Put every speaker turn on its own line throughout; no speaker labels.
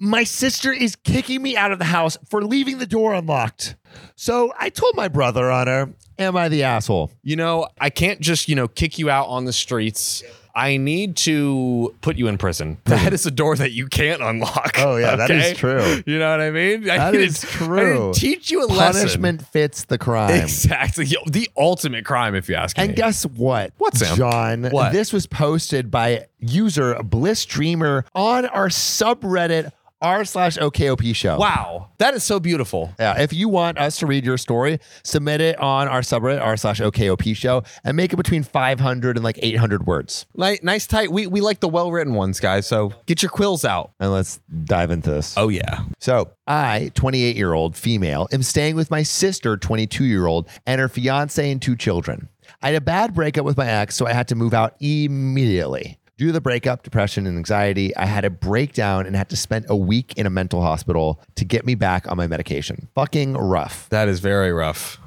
My sister is kicking me out of the house for leaving the door unlocked. So I told my brother on her, Am I the asshole?
You know, I can't just, you know, kick you out on the streets. I need to put you in prison. That is a door that you can't unlock.
Oh, yeah, that is
okay?
true.
You know what I mean?
That
I need
is
to- I
true.
need to teach you a lesson.
Punishment fits the crime.
Exactly. Yo, The ultimate crime, if you ask me.
And guess what?
What, Sam?
John?
What?
This was posted by user Bliss Dreamer on our subreddit r slash OKOP show.
wow. That is so beautiful.
Yeah, if you want us to read your story, submit it on our subreddit r slash OKOP show and make it between 500 and like 800 words.
Like, nice tight. We, we like the well written ones, guys. So get your quills out.
And let's dive into this.
Oh, yeah.
So, I, 28 year old female, am staying with my sister, 22 year old, and her fiance and two children. I had a bad breakup with my ex, so I had to move out immediately. Due to the breakup, depression, and anxiety, I had a breakdown and had to spend a week in a mental hospital to get me back on my medication. Fucking rough.
That is very rough.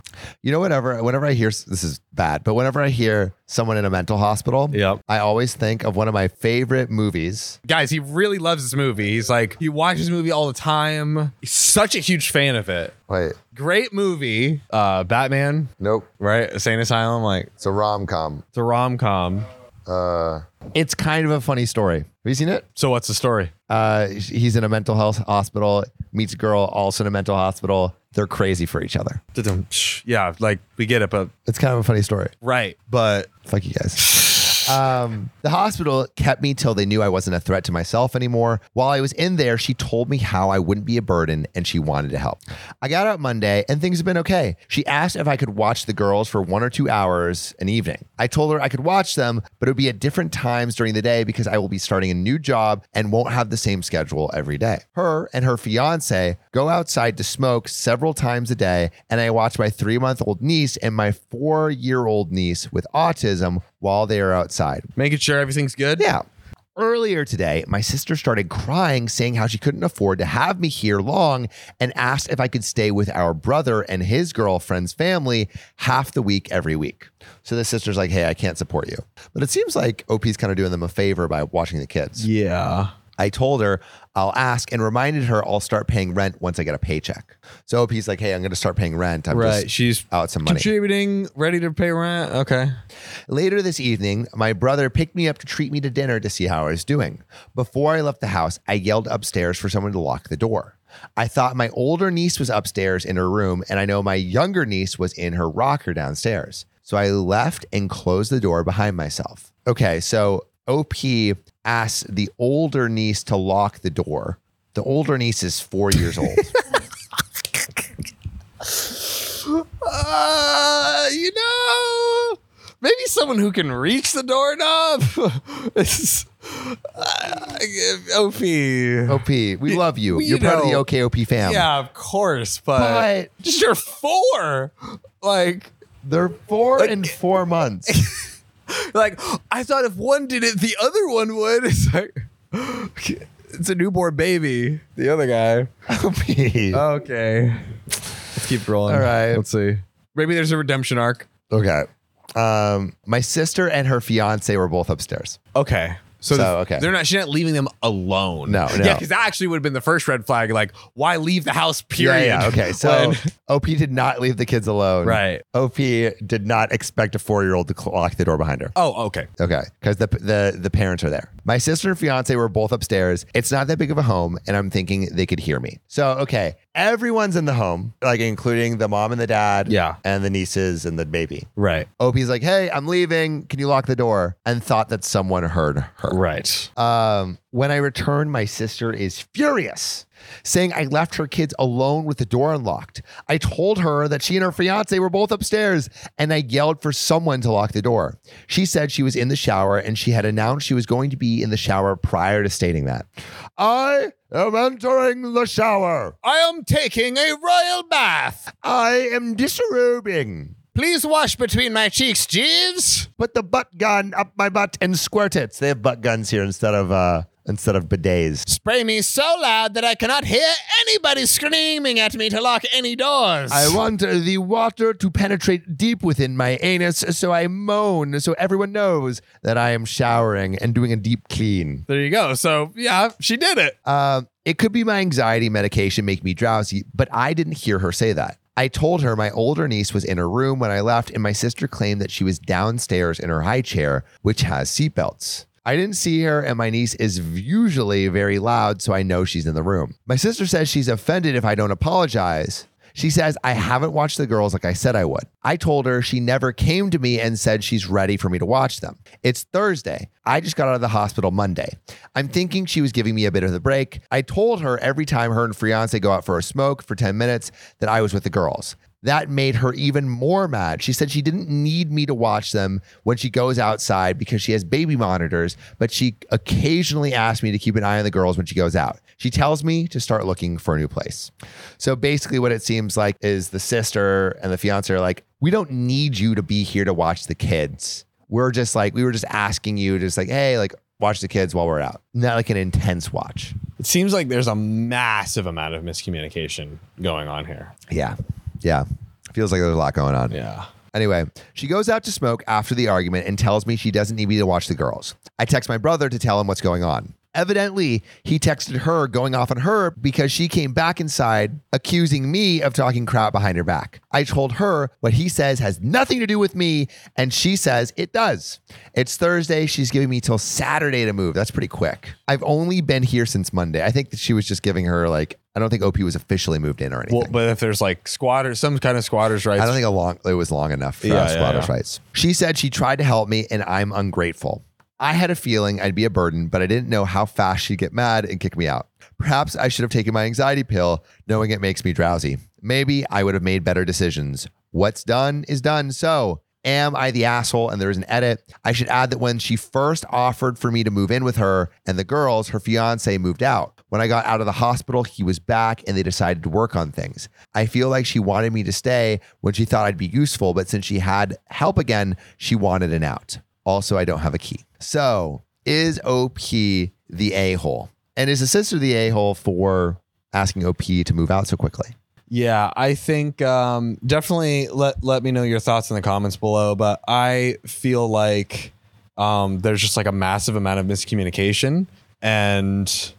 You know, whenever whenever I hear this is bad, but whenever I hear someone in a mental hospital,
Yep.
I always think of one of my favorite movies.
Guys, he really loves this movie. He's like, he watches this movie all the time. He's such a huge fan of it.
Wait,
Great movie. Uh, Batman,
nope.
right? Sane Asylum, like,
It's a rom com.
it's a rom com.
Uh,
It's kind of a funny story. Have you seen it?
So what's the story?
Uh, he's in a mental health hospital, meets a girl also in a mental hospital. They're crazy for each other.
Yeah, like we get it, but
It's kind of a funny story.
right.
but fuck you guys. Um, the hospital kept me till they knew I wasn't a threat to myself anymore. While I was in there, she told me how I wouldn't be a burden and she wanted to help. I got out Monday and things have been okay. She asked if I could watch the girls for one or two hours an evening. I told her I could watch them, but it would be at different times during the day because I will be starting a new job and won't have the same schedule every day. Her and her fiance go outside to smoke several times a day, and I watch my three month old niece and my four year old niece with autism while they are outside.
Making sure everything's good.
Yeah. Earlier today, my sister started crying, saying how she couldn't afford to have me here long and asked if I could stay with our brother and his girlfriend's family half the week every week. So the sister's like, hey, I can't support you. But it seems like OP's kind of doing them a favor by watching the kids.
Yeah.
I told her I'll ask and reminded her I'll start paying rent once I get a paycheck. So OP's like, hey, I'm going to start paying rent. I'm
Right.
just
She's
out some money.
contributing, ready to pay rent. Okay.
Later this evening, my brother picked me up to treat me to dinner to see how I was doing. Before I left the house, I yelled upstairs for someone to lock the door. I thought my older niece was upstairs in her room, and I know my younger niece was in her rocker downstairs. So I left and closed the door behind myself. Okay, so OP asked the older niece to lock the door. The older niece is four years old.
Uh, you know, maybe someone who can reach the doorknob. It's- uh, OP.
OP, we love you.
you
You're part of the
know-
OKOP fam.
Yeah, of course, but,
But-
just you're four. Like,
They're four and four months.
like I thought if one did it, the other one would. It's like it's a newborn baby. The other guy.
OP.
Okay. Let's keep rolling.
All right.
Let's see. Maybe there's a redemption arc.
Okay. Um, my sister and her fiance were both upstairs.
Okay. So,
So,
okay.
okay.
they're not she's not leaving them alone.
No, no.
Yeah, because that actually would have been the first red flag. Like, why leave the house? Period.
Yeah, yeah. Okay. So
When-
OP did not leave the kids alone.
Right.
OP did not expect a four year old to cl- lock the door behind her.
oh, okay.
Okay, because the, the the parents are there. My sister and fiance were both upstairs. It's not that big of a home, and I'm thinking they could hear me. So okay, everyone's in the home, like including the mom and the dad,
Yeah.
and the nieces and the baby.
Right.
OP's like, "Hey, I'm leaving. Can you lock the door?" And thought that someone heard her.
Right.
Um, when I return, my sister is furious, saying I left her kids alone with the door unlocked. I told her that she and her fiance were both upstairs, and I yelled for someone to lock the door. She said she was in the shower and she had announced she was going to be in the shower prior to stating that. I am entering the shower.
I am taking a royal bath.
I am disrobing.
Please wash between my cheeks, Jeeves.
Put the butt gun up my butt and squirt it. They have butt guns here instead of uh instead of bidets.
Spray me so loud that I cannot hear anybody screaming at me to lock any doors.
I want uh, the water to penetrate deep within my anus, so I moan, so everyone knows that I am showering and doing a deep clean.
there you go. So yeah, she did it.
Um, it could be my anxiety medication make me drowsy, but I didn't hear her say that. I told her my older niece was in her room when I left, and my sister claimed that she was downstairs in her high chair, which has seatbelts. I didn't see her, and my niece is usually very loud, so I know she's in the room. My sister says she's offended if I don't apologize. She says, I haven't watched the girls like I said I would. I told her she never came to me and said she's ready for me to watch them. It's Thursday. I just got out of the hospital Monday. I'm thinking she was giving me a bit of the break. I told her every time her and fiance go out for a smoke for 10 minutes that I was with the girls. That made her even more mad. She said she didn't need me to watch them when she goes outside because she has baby monitors, but she occasionally asks me to keep an eye on the girls when she goes out. She tells me to start looking for a new place. So basically, what it seems like is the sister and the fiance are like, We don't need you to be here to watch the kids. We're just like, we were just asking you, just like, hey, like, watch the kids while we're out. Not like an intense watch.
It seems like there's a massive amount of miscommunication going on here.
Yeah. Yeah. Feels like there's a lot going on.
Yeah.
Anyway, she goes out to smoke after the argument and tells me she doesn't need me to watch the girls. I text my brother to tell him what's going on. Evidently, he texted her going off on her because she came back inside accusing me of talking crap behind her back. I told her what he says has nothing to do with me, and she says it does. It's Thursday. She's giving me till Saturday to move. That's pretty quick. I've only been here since Monday. I think that she was just giving her, like, I don't think OP was officially moved in or anything.
Well, but if there's like squatters, some kind of squatters' rights.
I don't think a long it was long enough for
Yeah,
us
yeah,
squatters'
yeah.
rights. She said she tried to help me and I'm ungrateful. I had a feeling I'd be a burden, but I didn't know how fast she'd get mad and kick me out. Perhaps I should have taken my anxiety pill, knowing it makes me drowsy. Maybe I would have made better decisions. What's done is done. So, am I the asshole? And there is an edit. I should add that when she first offered for me to move in with her and the girls, her fiance moved out. When I got out of the hospital, he was back and they decided to work on things. I feel like she wanted me to stay when she thought I'd be useful, but since she had help again, she wanted an out. Also, I don't have a key. So, is OP the a hole? And is the sister the a hole for asking OP to move out so quickly?
Yeah, I think um, definitely let let me know your thoughts in the comments below. But I feel like um, there's just like a massive amount of miscommunication, and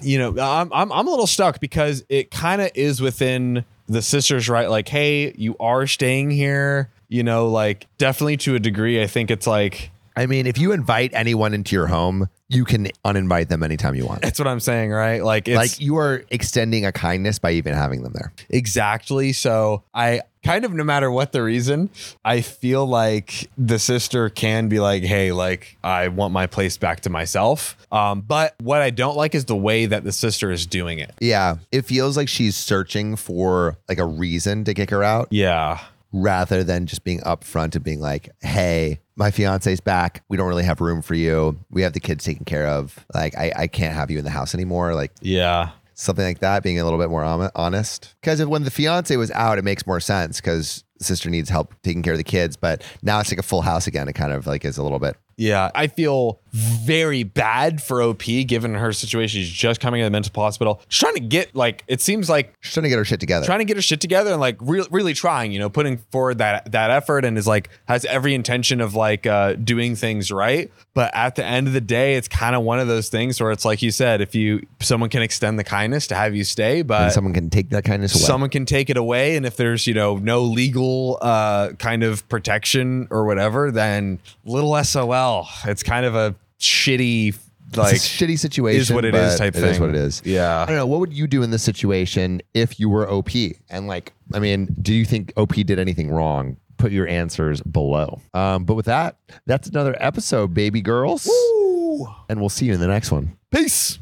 you know, I'm I'm, I'm a little stuck because it kind of is within the sisters, right? Like, hey, you are staying here. You know, like definitely to a degree. I think it's like
I mean, if you invite anyone into your home, you can uninvite them anytime you want.
that's what I'm saying, right? Like, it's,
Like you are extending a kindness by even having them there.
Exactly. So I kind of, no matter what the reason, I feel like the sister can be like, hey, like, I want my place back to myself. Um, but what I don't like is the way that the sister is doing it.
Yeah. It feels like she's searching for like a reason to kick her out
Yeah.
rather than just being upfront and being like, hey, my fiance's back. We don't really have room for you. We have the kids taken care of. Like, I, I can't have you in the house anymore. Like,
Yeah.
something like that, being a little bit more hon- honest. Because when the fiance was out, it makes more sense because sister needs help taking care of the kids. But now it's like a full house again. It kind of like is a little bit.
Yeah, I feel very bad for OP given her situation. She's just coming to the mental hospital. She's trying to get like it seems like
She's trying to get her shit together.
trying to get her shit together and like re- really trying you know putting forward that that effort and is like has every intention of like uh doing things right but at the end of the day it's kind of one of those things where it's like you said if you someone can extend the kindness to have you stay
and
but
someone can take that kindness away.
someone can take it away and if there's you know no legal uh kind of protection or whatever then little sol it's kind of a shitty like
it's a shitty situation.
is what it is
but
type
it
thing
is what it is. I
yeah
don't know. What would you do in this situation if you were OP? And like, I mean, do you think OP did anything wrong? Put your answers below. Um, but with that, that's another episode, baby girls.
Ooh.
And we'll see you in the next one.
peace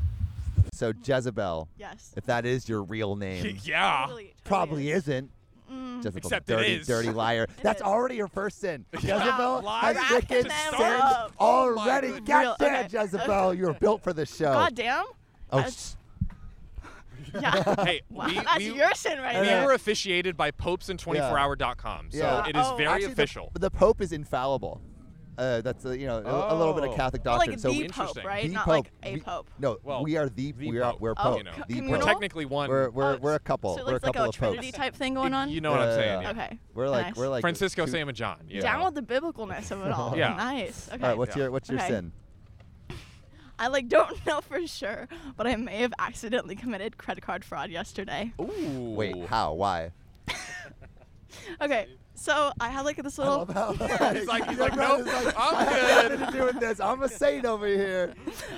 So Jezebel,
Yes.
if that is your real name,
Yeah.
Totally- totally
probably
is.
isn't. Jezebel's
Mm-hmm. Except
a
it
dirty,
is.
dirty liar. That's
is.
already your first sin. Jezebel
lies
has
to
wicked
start.
sins
Oh my
already.
goodness.
God damn,
Okay.
Jezebel, you were built for this show.
God damn.
Oh,
I-
sh-
Yeah.
Hey,
Wow,
we,
that's
we,
your sin right
we
there.
were officiated by popes and 24hour.com, so
Yeah.
it is
Oh.
very
Actually, the-
official.
The, Pope is infallible.
Uh, that's a, you know a, a little bit of
Oh.
Catholic
Well,
doctrine.
like
so
the
we-
Pope,
Interesting.
right?
the
Not
pope.
like a
we-
Pope.
No,
Well,
we are the,
the
we are
Pope.
we're
Oh,
pope.
you know.
The
Communal?
We're
pope.
Well,
technically one.
We're we're,
Oh,
we're a couple.
So
we're
like,
a couple
like a
of
Trinity
popes.
type thing going on.
you know what I'm
Yeah,
saying?
yeah,
yeah.
Okay.
We're like
Nice.
we're like
Francisco
two-
Sam and John. You
Down
know.
with the biblicalness of it all.
Yeah.
Nice. Okay.
All right, what's
Yeah.
your what's your
Okay.
sin?
I like don't know for sure, but I may have accidentally committed credit card fraud yesterday.
Ooh.
Wait, how? Why?
Okay. So I had like this
I
little.
love how-
He's like, he's
Your
like,
brother's
nope,
like, I
I'm
had
good.
nothing to do with this. I'm a saint over here.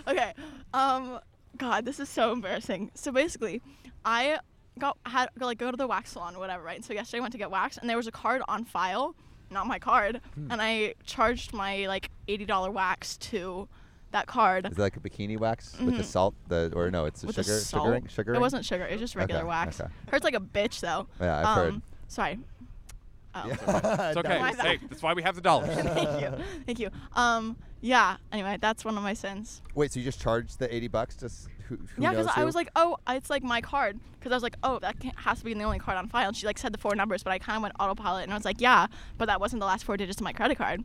okay. Um, God, this is so embarrassing. So basically, I got had like go to the wax salon, or whatever, right? And so yesterday I went to get waxed, and there was a card on file, not my card,
Hmm.
and I charged my like eighty dollar wax to that card.
Is it like a bikini wax with the salt? The or no, it's a
Mm-hmm. with
sugar
the salt.
sugaring sugaring.
It wasn't sugar. It was just regular
Okay,
wax.
okay.
Hurts like a bitch though. Um,
Yeah, I've heard.
Sorry. Oh.
It's okay.
My
Hey,
bad.
that's why we have the dollars.
Thank you. Thank you. Um. Yeah. Anyway, that's one of my sins.
Wait, so you just charged the eighty bucks? Just who, who
yeah,
knows
because I
who?
was like, oh, it's like my card. Because I was like, oh, that can't, has to be the only card on file. And she like said the four numbers, but I kind of went autopilot, and I was like, yeah, but that wasn't the last four digits of my credit card.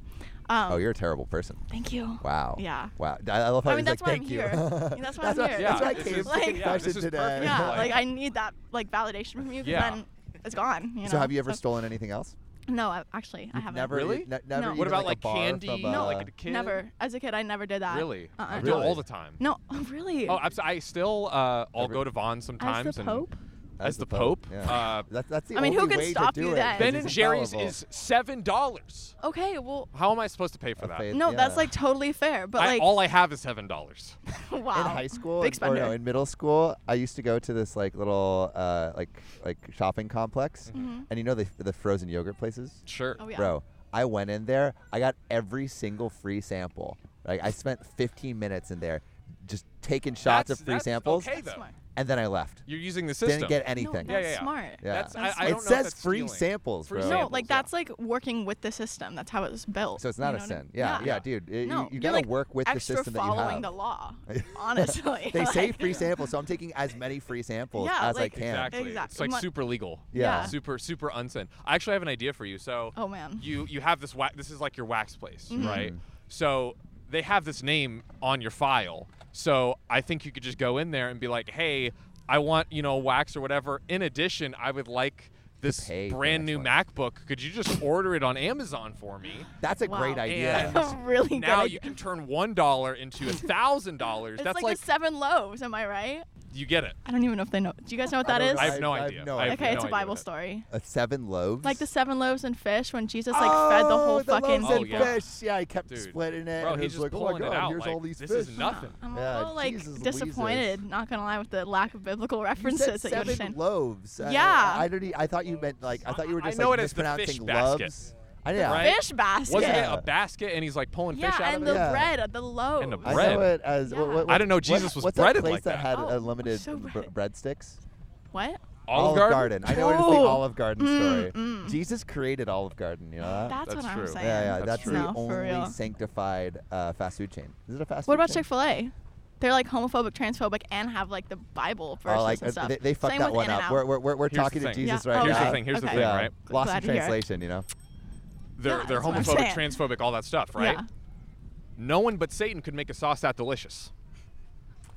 Um,
oh, you're a terrible person.
Thank you.
Wow.
Yeah.
Wow. I I love how
I mean,
he's
that's
like,
why I'm
thank
here.
you.
I mean, that's why I'm
That's why-
here.
that's why I
Yeah,
came to
this
the
is- yeah,
confession
this is
today.
perfect.
Yeah.
Like-
Like I need that like validation from you. 'cause
Yeah.
Then it's gone. You know.
So have you ever stolen anything else?
No, I, actually, I haven't.
Never.
Really?
you- ne- never.
No.
even,
What
about,
a
like,
bar
candy?
From,
No,
uh,
like a kid?
Never. As a kid, I never did that.
Really? I
Uh-uh.
do it
Really?
all the time.
No, oh, really.
Oh, I'm, so- I still uh, I'll
Every-
go to Vons
As
sometimes.
the
and
Pope.
As, the Pope.
yeah.
Uh,
That's that's the
I mean, who
only
can
way to
stop
do
you
it,
then?
'cause
ben
he's
and Jerry's
infallible.
is seven dollars.
Okay, well,
How am I supposed to pay for that?
faith.
no, that's
Yeah.
like totally fair, but
I,
like,
all I have is seven dollars.
wow.
in high school
big
in- or
spender.
no in middle school i used to go to this like little uh, like like shopping complex
Mm-hmm.
and you know the, the frozen yogurt places
Sure.
Oh yeah.
bro i went in there i got every single free sample like i spent 15 minutes in there just taking shots
That's-
of free
that's
samples
Okay, though.
Smart.
and then i left
You're using the system.
didn't get
No,
anything
that's
Yeah, yeah, yeah.
smart.
Yeah.
That's, I,
That's
I
it
don't know if
says
that's
free
stealing.
samples
Free
bro
No,
Samples,
like
yeah.
that's like working with the system. That's how it was built.
so it's not
you
a
know what I
sin
mean?
yeah yeah, dude it-
No,
you, you
you're,
gotta
like,
work with the
extra
system that you
following
have
the law. Honestly,
they say
like-
free samples so i'm taking as many free samples
Yeah,
as
like-
i can
Exactly. It's
Exactly.
like
Mo-
super legal.
Yeah. Yeah.
Super super unsent. I actually have an idea for you. So
Oh, Mm-hmm. man.
You you have this wax this is like your wax place, right? So they have this name on your file. So I think you could just go in there and be like, "Hey, I want, you know, wax or whatever. In addition, I would like this
pay for
brand
that
new MacBook. Could you just order it on Amazon for me?"
that's a great
Wow.
idea
And
A really
now
good
you
idea.
can turn one dollar into a thousand dollars.
It's
That's
like,
like,
the seven loaves. Am I right?
you get it.
I don't even know if they know. Do you guys know what that
don't
is?
know.
I have no
I have
idea.
no
I have
idea.
okay,
no
it's a
idea
Bible
what that-
story.
Uh, seven loaves?
Like the seven loaves and fish when Jesus like fed the whole fucking.
and Oh, yeah.
fish. Yeah, I kept
Dude.
splitting it.
Bro,
and it
he's
was
just
like,
pulling
oh my
it
God,
out.
Here's
like,
all these
this
fish.
is nothing.
I'm
Yeah,
a little like
Jesus Louises.
disappointed. Not gonna lie with the lack of biblical
You said
references that you
seven
understand.
loaves. I-
Yeah.
I, don't. e- I thought you meant like. I thought you were
I- I
just
know
like
it as the fish
mispronouncing
basket.
loaves. I know.
Right?
Fish basket.
Wasn't
Yeah.
it a basket and he's like pulling
yeah,
fish out
and
of
the
it?
Yeah.
bread, uh, the loaves.
the
I
bread.
know it as. What,
Yeah.
what,
I didn't know
what-
Jesus was
what's
breaded
that place
like that.
had
Oh,
unlimited
so
br-
breaded.
breadsticks?
What?
Uh,
Olive Garden.
I know it is the
Oh.
Olive Garden story.
mm.
Jesus created Olive Garden. You know that?
That's,
That's
what I'm
true.
saying.
yeah, yeah.
That's
That's,
true.
No,
the
for
only
real.
sanctified uh, fast food chain. Is it a fast
What
food
about
chain?
Chick Fil A? They're like homophobic, transphobic, and have like the Bible verses
Oh, like
and
uh,
stuff.
they, they fucked
Same
that
with
one up.
In-N-Out.
We're, we're, we're, we're
Here's the
talking to
thing.
Jesus
Yeah.
right
Oh,
Here's
now.
the thing. Here's the
okay.
thing,
yeah.
right?
Lost
Glad
in
to hear it.
translation, you know.
They're
Yeah,
they're
that's what I'm
homophobic,
saying.
transphobic, all that stuff, right?
Yeah.
No one but Satan could make a sauce that delicious.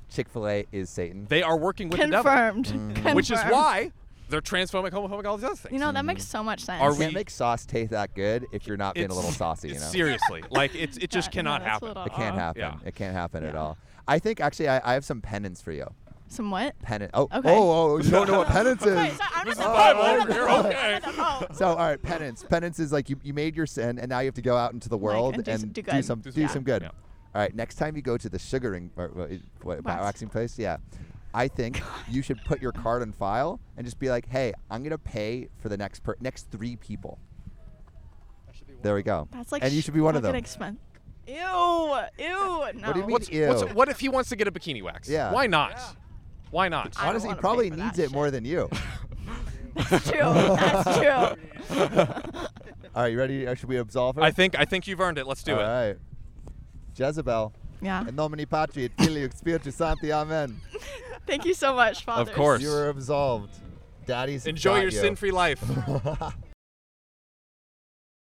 Chick Fil A is Satan.
They are working with
Confirmed.
the
Mm.
devil, which is
Confirmed.
why they're transphobic, homophobic, all these other things.
You know that makes so much sense.
Are
You can't
we-
make sauce taste that good if you're not being a
It's-
little saucy, you know.
it's Seriously, like it's it just
Yeah, no,
cannot
that's
happen.
what I'll-
It can't
Uh-uh.
happen.
Yeah.
It can't happen at
Yeah.
all. I think actually I, I have some penance for you.
Some what?
Penance. Oh,
Okay.
oh, oh, you don't know what penance is.
Wait, so I'm not
This
the
is
Pope,
Bible
I'm
over
not the
here,
Pope,
okay.
I'm oh. not the Pope.
So, all right, penance. Penance is like you, you made your sin, and now you have to go out into the world
and do
and
some- do
do
good.
some do,
Do some good.
some good.
Yeah.
All right, next time you go to the sugaring or, what- what,
Wax.
waxing place, yeah, I think you should put your card on file and just be like, "Hey, I'm gonna pay for the next per- next three people." There we go.
That's like
and you should be one of them.
Expense. Ew, ew. No.
What do you mean?
What's,
Ew.
what's- what if he wants to get a bikini wax?
Yeah.
Why not? Why not?
I don't
Honestly, he
wanna pay
probably
for
needs
that
it more
shit.
than you.
That's true. That's true.
All right, you ready? Or Should we absolve her?
I think I think you've earned it. Let's do
All
it.
right. Jezebel.
Yeah.
In nomine patri et filii spiritus sancti. Amen.
Thank you so much, Father.
course.
You are absolved. Daddy's
Enjoy
got
your
you.
sin-free life.